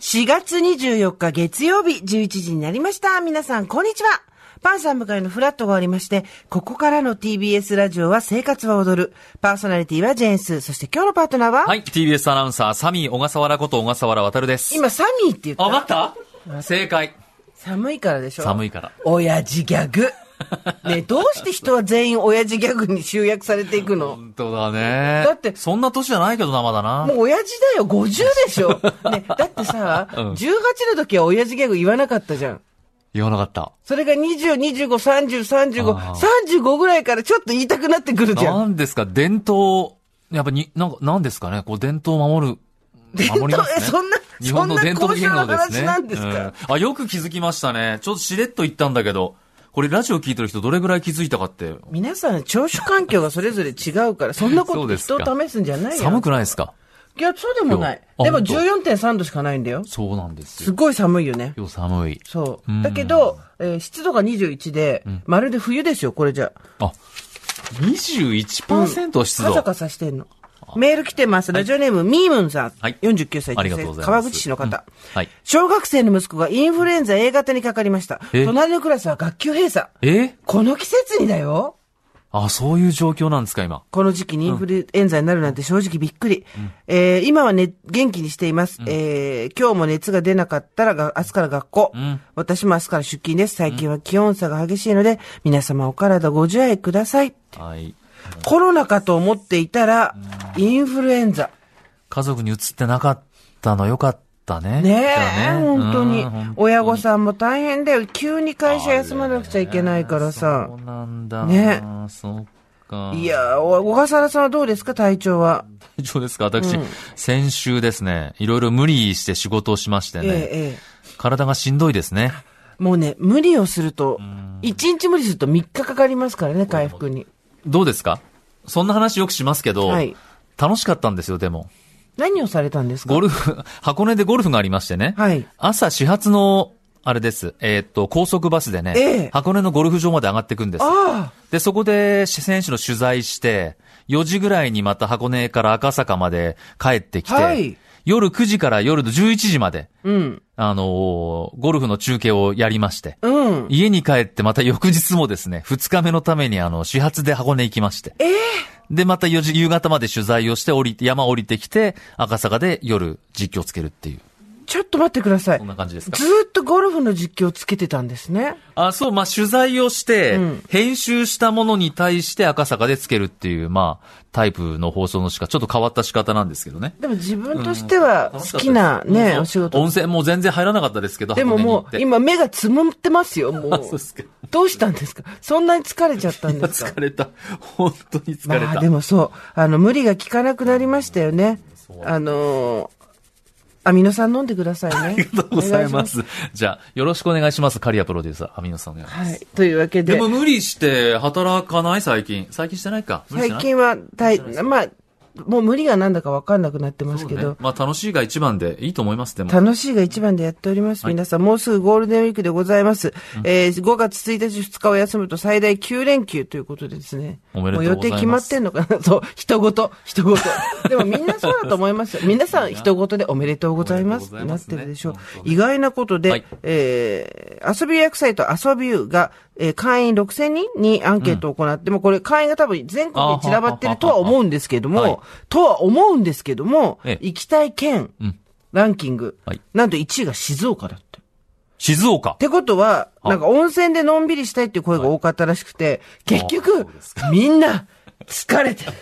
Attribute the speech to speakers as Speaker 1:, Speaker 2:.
Speaker 1: 4月24日月曜日11時になりました。皆さん、こんにちは。パンさん向かいのフラットがありまして、ここからの TBS ラジオは生活は踊る。パーソナリティはジェーンス。そして今日のパートナーは
Speaker 2: はい、TBS アナウンサー、サミー小笠原こと小笠原渡です。
Speaker 1: 今、サミーって言った。
Speaker 2: あ、わかった正解。
Speaker 1: 寒いからでしょ
Speaker 2: 寒いから。
Speaker 1: 親父ギャグ。 ねどうして人は全員親父ギャグに集約されていくの
Speaker 2: 本当だね。
Speaker 1: だって、
Speaker 2: そんな年じゃないけどな、まだな。
Speaker 1: もう親父だよ、50でしょ。ね、だってさ、うん、18の時は親父ギャグ言わなかったじゃん。
Speaker 2: 言わなかった。
Speaker 1: それが20、25、30、35、35ぐらいからちょっと言いたくなってくるじゃん。
Speaker 2: なんですか、伝統、やっぱに、なんか、なんですかね、こう伝統を守る。
Speaker 1: 伝統、ね、そんな、
Speaker 2: 日本の伝統芸能ですね。
Speaker 1: なんですか、
Speaker 2: うん、あ、よく気づきましたね。ちょっとしれっと言ったんだけど。これラジオ聞いてる人どれぐらい気づいたかって。
Speaker 1: 皆さん、聴取環境がそれぞれ違うから、そんなこと人を試すんじゃないよ。
Speaker 2: 寒くないですか
Speaker 1: いや、そうでもない。でも14.3度しかないんだよ。
Speaker 2: そうなんですよ。
Speaker 1: すごい寒いよね。
Speaker 2: よ寒い。
Speaker 1: そう。だけど、えー、湿度が21で、うん、まるで冬ですよ、これじゃ。
Speaker 2: あ、21%湿度、うん、
Speaker 1: カサカサしてんの。メール来てます。ラジオネーム、はい、ミームンさん。
Speaker 2: はい。
Speaker 1: 49歳
Speaker 2: 女性。
Speaker 1: 川口市の方、
Speaker 2: うん、はい。
Speaker 1: 小学生の息子がインフルエンザ A 型にかかりました。隣のクラスは学級閉鎖。
Speaker 2: え
Speaker 1: この季節にだよ。
Speaker 2: あ、そういう状況なんですか、今。
Speaker 1: この時期にインフルエンザになるなんて正直びっくり。うん、えー、今はね、元気にしています。うん、えー、今日も熱が出なかったらが、明日から学校、うん、私も明日から出勤です。最近は気温差が激しいので、皆様お体ご自愛ください。
Speaker 2: はい。
Speaker 1: コロナかと思っていたら、インフルエンザ。
Speaker 2: 家族に移ってなかったのよかったね。
Speaker 1: ねえ、ね本当に。親御さんも大変だよ。急に会社休まなくちゃいけないからさ。
Speaker 2: そうなんだ。
Speaker 1: ね
Speaker 2: そっか。
Speaker 1: いや、小笠原さんはどうですか、体調は。
Speaker 2: 体調ですか、私、うん、先週ですね、いろいろ無理して仕事をしましてね。ええ、体がしんどいですね。
Speaker 1: もうね、無理をすると、一日無理すると3日かかりますからね、回復に。
Speaker 2: どうですかそんな話よくしますけど、
Speaker 1: はい、
Speaker 2: 楽しかったんですよ、でも。
Speaker 1: 何をされたんですか
Speaker 2: ゴルフ、箱根でゴルフがありましてね。
Speaker 1: はい。
Speaker 2: 朝始発の、あれです。えー、っと、高速バスでね、
Speaker 1: ええ、
Speaker 2: 箱根のゴルフ場まで上がっていくんです。で、そこで選手の取材して、4時ぐらいにまた箱根から赤坂まで帰ってきて、
Speaker 1: はい、
Speaker 2: 夜9時から夜の11時まで、
Speaker 1: うん、
Speaker 2: あのー、ゴルフの中継をやりまして、
Speaker 1: うん、
Speaker 2: 家に帰ってまた翌日もですね、2日目のためにあの、始発で箱根行きまして、
Speaker 1: えー、
Speaker 2: で、また4時、夕方まで取材をして降り、山降りてきて、赤坂で夜実況つけるっていう。
Speaker 1: ちょっと待ってください。
Speaker 2: こんな感じですか。
Speaker 1: ずっとゴルフの実況をつけてたんですね。
Speaker 2: あ、そう、まあ、取材をして、うん、編集したものに対して赤坂でつけるっていう、まあ、タイプの放送のしか、ちょっと変わった仕方なんですけどね。
Speaker 1: でも自分としては好きなね、うん、お仕事。
Speaker 2: 温泉もう全然入らなかったですけど、
Speaker 1: でももう、今目がつむってますよ、もう。
Speaker 2: そうですか。
Speaker 1: どうしたんですかそんなに疲れちゃったんですか
Speaker 2: 疲れた。本当に疲れた。ま
Speaker 1: あ、でもそう、あの、無理が効かなくなりましたよね。あのーアミノ酸飲んでくださいね。あ
Speaker 2: りがとうございます。ますじゃあ、よろしくお願いします。カリアプロデューサー、アミノ酸お願いします。はい。
Speaker 1: というわけで。
Speaker 2: でも無理して働かない最近。最近してないか。
Speaker 1: 最近は、たい、まあ、もう無理がなんだかわかんなくなってますけど。ね、
Speaker 2: まあ楽しいが一番でいいと思います、でも。
Speaker 1: 楽しいが一番でやっております。皆さん、もうすぐゴールデンウィークでございます。うん、えー、5月1日、2日を休むと最大9連休ということでですね。
Speaker 2: おめでとう
Speaker 1: 予定決まってんのかな そう、人ごと、人ごと。 でもみんなそうだと思いますよ。皆さん、人ごとでおめでとうございます。なってるでしょう。意外なことで、はい、えー、遊び役サイト遊びゆが、えー、会員6000人にアンケートを行って、うん、もこれ会員が多分全国に散らばってるとは思うんですけども、はい、とは思うんですけども、ええ、行きたい県、
Speaker 2: うん、
Speaker 1: ランキング、
Speaker 2: はい、
Speaker 1: なんと1位が静岡だって。
Speaker 2: 静岡
Speaker 1: ってことは、なんか温泉でのんびりしたいっていう声が多かったらしくて、はい、結局、みんな疲れてる。